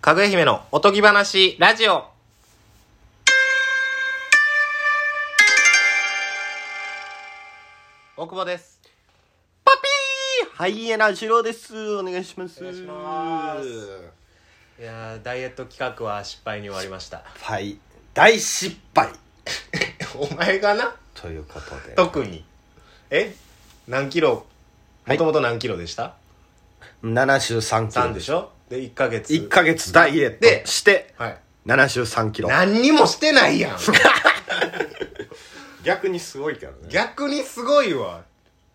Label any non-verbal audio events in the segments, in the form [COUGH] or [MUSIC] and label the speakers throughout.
Speaker 1: かぐや姫のおとぎ話ラジオ大久保です
Speaker 2: パピーハイエナジローです。お願いします。
Speaker 1: お願いしますいやーダイエット企画は失敗に終わりました
Speaker 2: はい。大失敗
Speaker 1: [LAUGHS] お前がな
Speaker 2: ということで。
Speaker 1: 特にえ何キロ
Speaker 2: は
Speaker 1: も
Speaker 2: い
Speaker 1: ともと何キロでした、
Speaker 2: 73キ
Speaker 1: 三
Speaker 2: ロ
Speaker 1: 3でしょで1ヶ月
Speaker 2: 1ヶ月ダイエッ
Speaker 1: で
Speaker 2: トして、
Speaker 1: はい
Speaker 2: 73キロ。
Speaker 1: 何にもしてない [LAUGHS] やん
Speaker 2: 逆にすごいけどね。
Speaker 1: 逆にすごいわ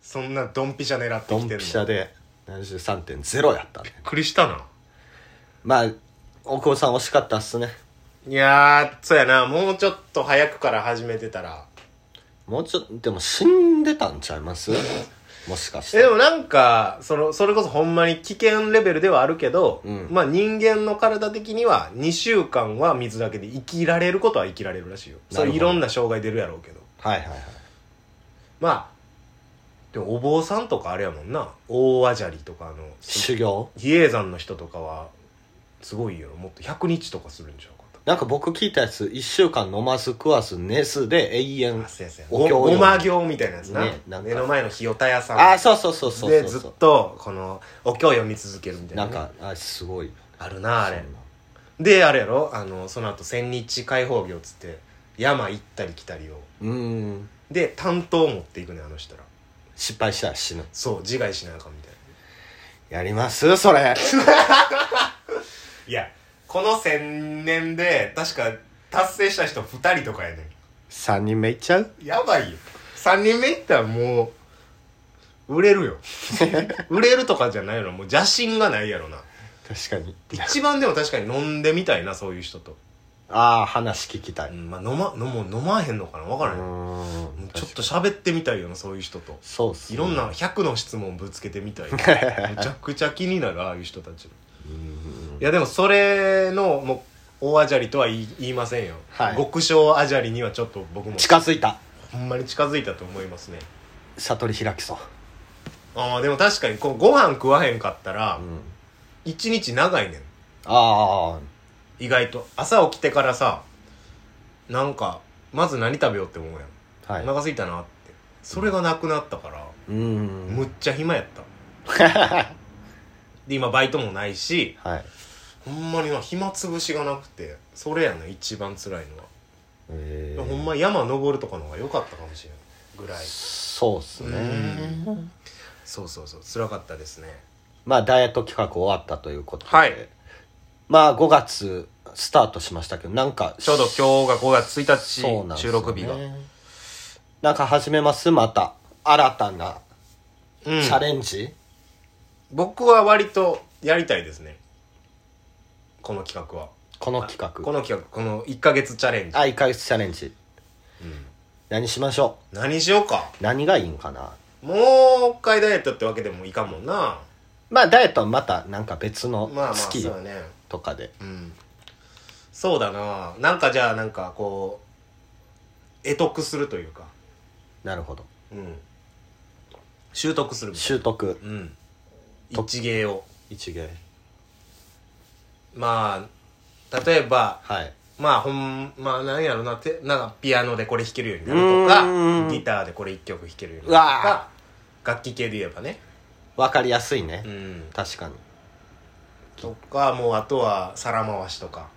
Speaker 1: そんなドンピシャ狙って
Speaker 2: ド
Speaker 1: き
Speaker 2: ン
Speaker 1: てる
Speaker 2: ピ
Speaker 1: の
Speaker 2: シャで73.0やった
Speaker 1: び
Speaker 2: ね。
Speaker 1: っくりしたな
Speaker 2: まあ、大久保さん惜しかったっすね。
Speaker 1: いやーそうやなもうちょっと早くから始めてたら
Speaker 2: もうちょっと、でも死んでたんちゃいますもしかし
Speaker 1: えで
Speaker 2: て。
Speaker 1: もなんかそのそれこそほんまに危険レベルではあるけど、
Speaker 2: うん
Speaker 1: まあ人間の体的には2週間は水だけで生きられることは生きられるらしいよ
Speaker 2: な
Speaker 1: そ
Speaker 2: るほど
Speaker 1: ういろんな障害出るやろうけど
Speaker 2: はいはいはい。
Speaker 1: まあでもお坊さんとかあれやもんな大あじゃりとかあの
Speaker 2: 修行
Speaker 1: 比叡山の人とかはすごいよもっと100日とかするんちゃうか
Speaker 2: なんか僕聞いたやつ、1週間飲まず食わず寝ずで永
Speaker 1: と
Speaker 2: 遠
Speaker 1: あ。そうやそうや
Speaker 2: お経
Speaker 1: ご
Speaker 2: よ
Speaker 1: ごま行みたいなやつな,、
Speaker 2: ねなんか
Speaker 1: 目の前のひよたやさん
Speaker 2: あ、そうそうそうそうそうそう。
Speaker 1: でずっとこのお経を読み続けるみたいな
Speaker 2: な
Speaker 1: ね、
Speaker 2: んかあすごい
Speaker 1: あるなあれ
Speaker 2: そんな
Speaker 1: であれやろあのその後千日開放業っつって山行ったり来たりを
Speaker 2: うーん
Speaker 1: で担当持っていくねあの人ら
Speaker 2: 失敗したら死ぬ
Speaker 1: そう自害しなあかんみたいな
Speaker 2: やりますそれ
Speaker 1: いやこの千年で確か達成した人2人とかやね
Speaker 2: 3人目いっちゃうん
Speaker 1: やばいよ3人目いったらもう売れ
Speaker 2: [LAUGHS]
Speaker 1: るよ売れるとかじゃないのもう邪心がないやろな
Speaker 2: 確かに
Speaker 1: 一番でも確かに飲んでみたいなそういう人と、
Speaker 2: ああ話聞きた
Speaker 1: う
Speaker 2: いうん
Speaker 1: まあ、飲ま飲もう飲まへんのかな分からへん
Speaker 2: ーん
Speaker 1: ちょっ
Speaker 2: 確か
Speaker 1: と喋ってみたいよなそういう人と
Speaker 2: にそうっす
Speaker 1: い
Speaker 2: ね
Speaker 1: ろんな100の質問ぶつけてみた
Speaker 2: [LAUGHS]
Speaker 1: いめちゃくちゃ気になるああいう人たちいやでもそれのもう大あじゃりとは言い言いませんよ、
Speaker 2: はい
Speaker 1: 極小あじゃりにはちょっと僕も
Speaker 2: 近づいた
Speaker 1: ほんまに近づいたと思いますね
Speaker 2: 悟り開きそう
Speaker 1: ああでも確かにこうご飯食わへんかったら
Speaker 2: うん
Speaker 1: 1日長いねん
Speaker 2: ああ
Speaker 1: 意外と朝起きてからさなんかまず何食べようって思うやん、
Speaker 2: はい
Speaker 1: お腹空いたなってそれがなくなったから、
Speaker 2: うーん
Speaker 1: むっちゃ暇やったで今バイトもないし
Speaker 2: はい
Speaker 1: ほんまにな暇つぶしがなくてそれやね一番辛いのは、
Speaker 2: えー
Speaker 1: ほんま山登るとかの方が良かったかもしれないぐらい
Speaker 2: そうっすね
Speaker 1: そうそうそう辛かったですね
Speaker 2: まあダイエット企画終わったということで
Speaker 1: はい
Speaker 2: まあ5月スタートしましたけどなんか
Speaker 1: ちょうど今日が5月
Speaker 2: そう
Speaker 1: 1
Speaker 2: なん
Speaker 1: 日
Speaker 2: で
Speaker 1: 収
Speaker 2: すよね
Speaker 1: 録日がう,、
Speaker 2: なんか始めますまた新たなんチャレンジ、
Speaker 1: 僕は割とやりたいですねこの企画は
Speaker 2: この企画
Speaker 1: この企画この1ヶ月チャレンジ、
Speaker 2: あ1ヶ月チャレンジ
Speaker 1: うん
Speaker 2: 何しましょ
Speaker 1: 何しようか
Speaker 2: う何がいいんかな
Speaker 1: もう一回ダイエットってわけでもいかんもんな
Speaker 2: まあダイエットはまたなんか別
Speaker 1: まあ
Speaker 2: の
Speaker 1: まあそう
Speaker 2: 月
Speaker 1: だね
Speaker 2: とかで、
Speaker 1: うんそうだななんかじゃあなんかこう得得するというか、
Speaker 2: なるほど
Speaker 1: うん、習得するみたい
Speaker 2: 習得
Speaker 1: な、うん、
Speaker 2: と
Speaker 1: 一芸を
Speaker 2: 一芸
Speaker 1: まあ例えば
Speaker 2: はい
Speaker 1: まあほんまあなんやろなてなんかピアノでこれ弾けるようになるとか
Speaker 2: うーん
Speaker 1: ギターでこれ一曲弾けるように
Speaker 2: う
Speaker 1: なると
Speaker 2: わ
Speaker 1: か楽器系で言えばね、
Speaker 2: 分かりやすいね、
Speaker 1: うん、
Speaker 2: 確かに
Speaker 1: とかもうあとは皿回しとか、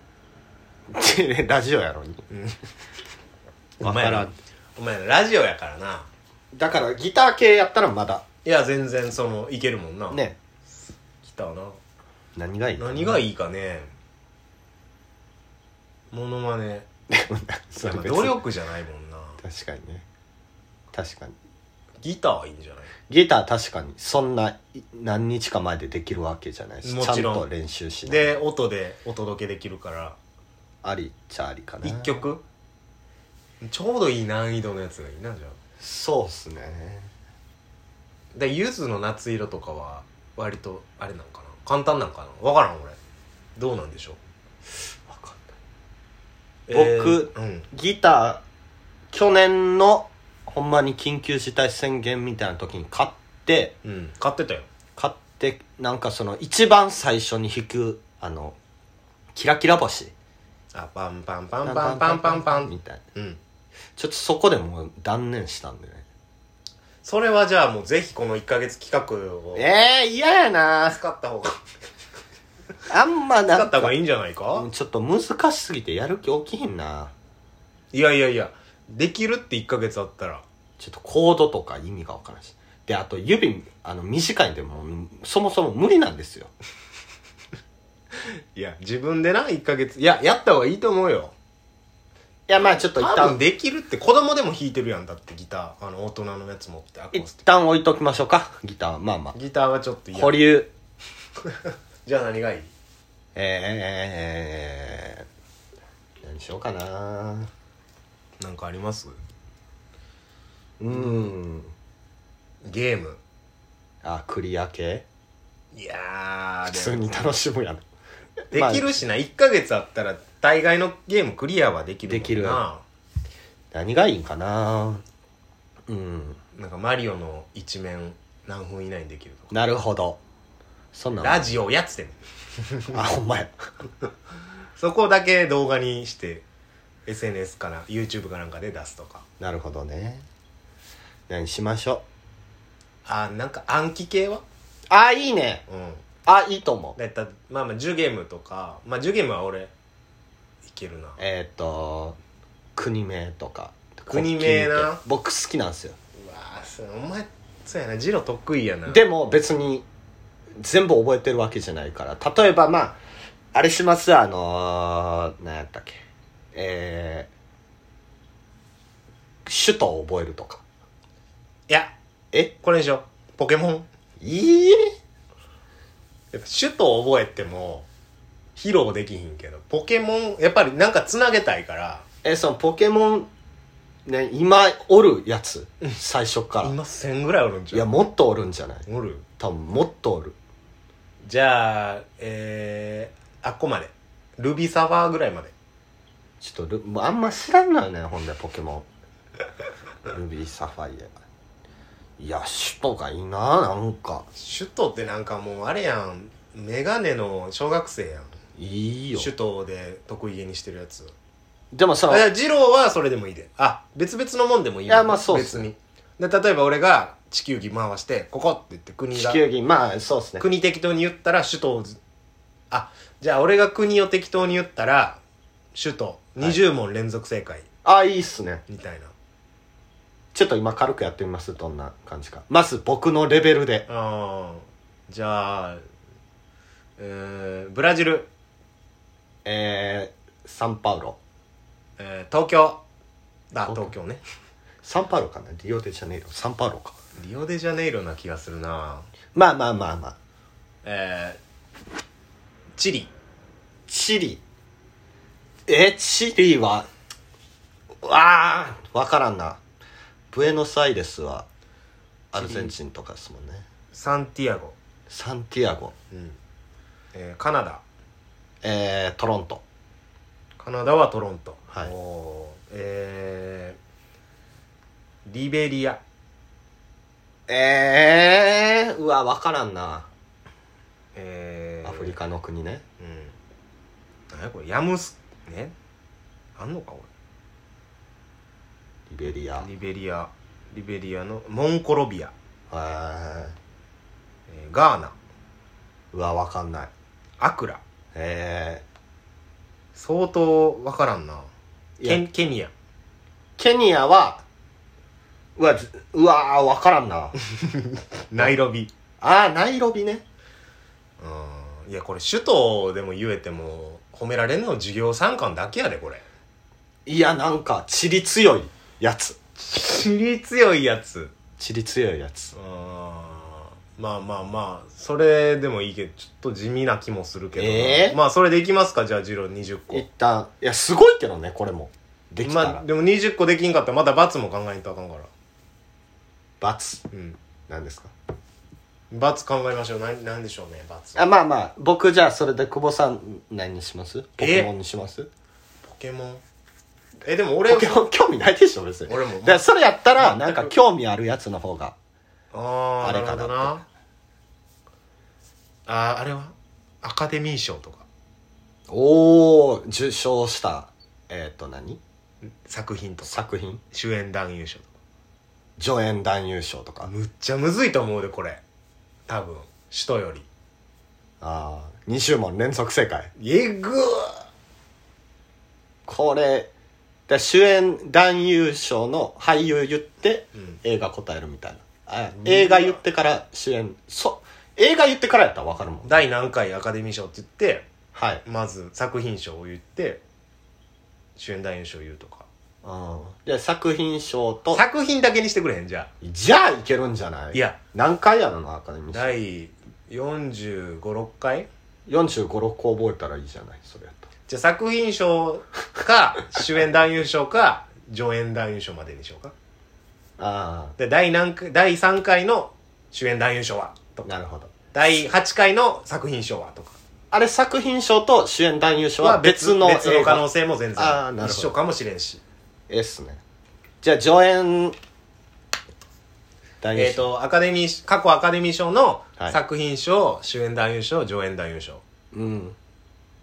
Speaker 2: ラジオやろに [LAUGHS]
Speaker 1: うん、 [LAUGHS] お
Speaker 2: わ
Speaker 1: 前
Speaker 2: かららん
Speaker 1: お前らラジオやからな
Speaker 2: だからギター系やったらまだ
Speaker 1: いや全然そのいけるもんな
Speaker 2: ね
Speaker 1: 来たな
Speaker 2: 何がいいかな
Speaker 1: 何が
Speaker 2: い
Speaker 1: いいかねモノマネ
Speaker 2: それ
Speaker 1: やっぱ
Speaker 2: 別
Speaker 1: 努
Speaker 2: に
Speaker 1: 力じゃないもんな
Speaker 2: 確かにね確かに
Speaker 1: ギターはいいんじゃない
Speaker 2: ギター確かにそんない何日か前でできるわけじゃないし
Speaker 1: もちろん
Speaker 2: ゃんと練習しない
Speaker 1: で音でお届けできるから
Speaker 2: ありっちゃありかな
Speaker 1: 1曲ちょうどいい難易度のやつがいいなじゃあ
Speaker 2: そうっすね
Speaker 1: でゆずの夏色とかは割とあれなんかな簡単なんかなわからん俺どうなんでしょう
Speaker 2: わかんない
Speaker 1: 僕、うん
Speaker 2: ギター去年のほんまに緊急事態宣言みたいな時に買って
Speaker 1: うん買ってたよ
Speaker 2: 買ってなんかその一番最初に弾くあのキラキラ星
Speaker 1: あパンパンパンパンパンパンパ
Speaker 2: み
Speaker 1: ン
Speaker 2: たいな
Speaker 1: うん
Speaker 2: ちょっとそこでもう断念したんでね
Speaker 1: それはじゃあもうぜひこの1ヶ月企画を
Speaker 2: ええ嫌やな
Speaker 1: 使った方が
Speaker 2: あんま
Speaker 1: 使
Speaker 2: な
Speaker 1: った
Speaker 2: んか
Speaker 1: 方がいいんじゃないか
Speaker 2: ちょっと難しすぎてやる気起きひんない
Speaker 1: やいやいやできるって1ヶ月あったら
Speaker 2: ちょっとコードとか意味がわからんしであと指あの短いんでもうそもそも無理なんですよ
Speaker 1: いや自分でな1ヶ月いややった方がいいと思うよ
Speaker 2: いやまあちょっと一
Speaker 1: 多分
Speaker 2: 旦
Speaker 1: できるって子供でも弾いてるやんだってギターあの大人のやつ持ってアコース
Speaker 2: 一
Speaker 1: ティッ
Speaker 2: 旦置いときましょうかギターまあま
Speaker 1: クギターはちょっと
Speaker 2: あ
Speaker 1: 嫌
Speaker 2: 保留
Speaker 1: じゃあ何がいい
Speaker 2: えー、何しようかな
Speaker 1: なんかあります
Speaker 2: うん
Speaker 1: ゲーム
Speaker 2: あクリア系
Speaker 1: いや
Speaker 2: 普
Speaker 1: ー
Speaker 2: 通
Speaker 1: でも
Speaker 2: に楽しむやん
Speaker 1: できるしな1ヶ月あったら大概のゲームクリアはできるもんな
Speaker 2: できる何がいいんかなうん
Speaker 1: なんかマリオの一面何分以内にできるとか
Speaker 2: なるほどそんなん
Speaker 1: ラジオやっつってん
Speaker 2: あほんまや [LAUGHS]
Speaker 1: そこだけ動画にして SNS かな YouTube かなんかで出すとか
Speaker 2: なるほどね何しましょう
Speaker 1: あなんか暗記系は
Speaker 2: あいいね
Speaker 1: うん
Speaker 2: あいいと思う
Speaker 1: だいたいまあまあ10ゲームとかまあ10ゲームは俺いけるな
Speaker 2: えーっ、と国名とか
Speaker 1: 国名な
Speaker 2: 国旗って僕好きなんですよ
Speaker 1: うわーそお前そうやなジロ得意やな
Speaker 2: でも別に全部覚えてるわけじゃないから例えばまああれしますあのー、何やったっけえー、首都を覚えるとか
Speaker 1: いや
Speaker 2: え
Speaker 1: これにしようポケモン
Speaker 2: いい
Speaker 1: やっぱ首都を覚えても披露できひんけどポケモンやっぱりなんかつなげたいから
Speaker 2: えそのポケモンね今おるやつ最初から
Speaker 1: 今1000ぐらいおるん
Speaker 2: い
Speaker 1: ちゃ
Speaker 2: や
Speaker 1: う
Speaker 2: もっとおるんじゃない
Speaker 1: おる
Speaker 2: 多分もっとおる
Speaker 1: じゃあえー、あっこまでルビサワーぐらいまで
Speaker 2: ちょっとルもうあんま知らんのよねほんでポケモンルビーサファイアいや首都がいいななんか
Speaker 1: 首都ってなんかもうあれやんメガネの小学生やん
Speaker 2: いいよ
Speaker 1: 首都で得意げにしてるやつ
Speaker 2: でもその
Speaker 1: あじゃあ二郎はそれでもいいであ別々のもんでもいい
Speaker 2: いやまあそうっす
Speaker 1: 別にで例えば俺が地球儀回してここって言って国
Speaker 2: 地
Speaker 1: が
Speaker 2: 球儀まあそうですね
Speaker 1: 国適当に言ったら首都をずあじゃあ俺が国を適当に言ったら首都
Speaker 2: はい
Speaker 1: 20問連続正解
Speaker 2: あいいっすね
Speaker 1: みたいな、
Speaker 2: ちょっと今軽くやってみますどんな感じかまず僕のレベルで
Speaker 1: あーじゃあ、えーブラジル、
Speaker 2: えー、サンパウロ
Speaker 1: えー東京あ
Speaker 2: 東
Speaker 1: 東京ね
Speaker 2: サンパウロかなリオデジャネイロサンパウロか
Speaker 1: リオデジャネイロな気がするな
Speaker 2: まあまあまあまあ
Speaker 1: えーチリ
Speaker 2: チリえチリはわあわからんなブエノスアイレスはアルゼンチンとかですもんね
Speaker 1: サンティアゴ、
Speaker 2: サンティアゴ、
Speaker 1: うんえーカナダ
Speaker 2: えー、トロント
Speaker 1: カナダはトロント、
Speaker 2: はい
Speaker 1: おーえーリベリア
Speaker 2: えー、うわわからんな
Speaker 1: えー、
Speaker 2: アフリカの国ね
Speaker 1: うん何やこれヤムスねあんのかこ
Speaker 2: リベリア
Speaker 1: れリベリアリベリアのモンコロビア、
Speaker 2: えー、
Speaker 1: えーガーナ
Speaker 2: うわわかんない
Speaker 1: アクラ
Speaker 2: え
Speaker 1: 相当わからんな
Speaker 2: ー、い
Speaker 1: ケ
Speaker 2: や
Speaker 1: ンケニア
Speaker 2: ケニアはうわずうわわからんな
Speaker 1: ナイロビ
Speaker 2: あーナイロビね
Speaker 1: うんいやこれ首都でも言えても褒められんの授業参観だけやでこれ
Speaker 2: いやなんかチリ強いやつ
Speaker 1: 知り強いやつ
Speaker 2: チリ強いやつ
Speaker 1: うんまあまあまあそれでもいいけどちょっと地味な気もするけどな、
Speaker 2: えー
Speaker 1: まあそれでいきますかじゃあジロー20個
Speaker 2: 一旦いやすごいけどねこれもできたら、
Speaker 1: まあでも20個できんかったらまだ罰も考えんとあかんから
Speaker 2: 罰
Speaker 1: うん
Speaker 2: なんですか
Speaker 1: 罰考えましょうなんなんでしょうね罰
Speaker 2: あまあまあ僕じゃあそれで久保さん何にしますポケモンにします
Speaker 1: ポケモンえでも俺
Speaker 2: ポケモン興味ないでしょ別に
Speaker 1: 俺も
Speaker 2: だからそれやったら
Speaker 1: 全く
Speaker 2: なんか興味あるやつの方が
Speaker 1: ああな
Speaker 2: あれ
Speaker 1: る
Speaker 2: か
Speaker 1: ほ
Speaker 2: な
Speaker 1: どなあーあれはアカデミー賞とか
Speaker 2: おー受賞したえっ、と何
Speaker 1: 作品とか
Speaker 2: 作品
Speaker 1: 主演男優賞と
Speaker 2: 助演男優賞とか
Speaker 1: か
Speaker 2: あ
Speaker 1: むっちゃむずいと思うでこれ多分人より
Speaker 2: あ2週問連続正解
Speaker 1: えぐー
Speaker 2: これで主演男優賞の俳優言って
Speaker 1: うん
Speaker 2: 映画答えるみたいな、あ
Speaker 1: ん
Speaker 2: 映画言ってから主演そう映画言ってからやったら分かるもん
Speaker 1: 第何回アカデミー賞って言って
Speaker 2: はい、
Speaker 1: まず作品賞を言って主演男優賞を言うとか
Speaker 2: うん、で作品賞と
Speaker 1: 作品だけにしてくれへんじゃ
Speaker 2: じゃあいけるんじゃな
Speaker 1: あ
Speaker 2: い
Speaker 1: いや
Speaker 2: 何回やろなアカデミー賞
Speaker 1: 第456回
Speaker 2: 4 5 6個覚えたらいいじゃないそれやったら
Speaker 1: じゃあ作品賞か主演男優賞か助演男優賞までにしようか
Speaker 2: あ
Speaker 1: で第何回第3回の主演男優賞はと
Speaker 2: あなるほど
Speaker 1: 第8回の作品賞はとか
Speaker 2: あれ作品賞と主演男優賞は別の
Speaker 1: 別の
Speaker 2: 映
Speaker 1: 可
Speaker 2: 画
Speaker 1: 能性も全然
Speaker 2: あーなるほど
Speaker 1: 一緒かもしれんし
Speaker 2: ええっすねじゃあ助演男優賞
Speaker 1: えっ、とアカデミー過去アカデミー賞の
Speaker 2: はい
Speaker 1: 作品賞、主演男優賞上演男優賞
Speaker 2: うん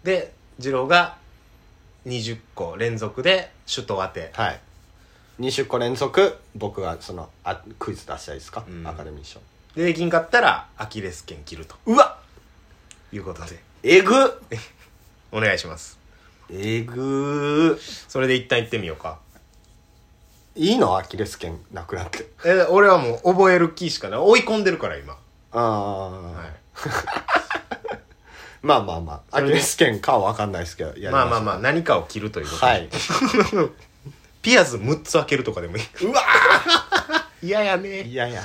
Speaker 1: で二郎が20個連続で首都当て
Speaker 2: はい20個連続僕がそのあクイズ出したいですか、
Speaker 1: うん
Speaker 2: アカデミー賞
Speaker 1: でできんかったらアキレス腱切ると
Speaker 2: うわ
Speaker 1: いうことで
Speaker 2: えぐ
Speaker 1: お願いします
Speaker 2: えぐ
Speaker 1: それで一旦行ってみようか
Speaker 2: いいのアキレス腱なくなって
Speaker 1: え俺はもう覚える気しかない追い込んでるから今、
Speaker 2: ああ、
Speaker 1: はい
Speaker 2: まあまあまあアキレス腱かは分かんないですけどやり
Speaker 1: まあまあま
Speaker 2: あ
Speaker 1: あ何かを切るということで
Speaker 2: はい
Speaker 1: ピアス6つ開けるとかでもいいう
Speaker 2: わ
Speaker 1: [LAUGHS] 嫌やね
Speaker 2: いやいや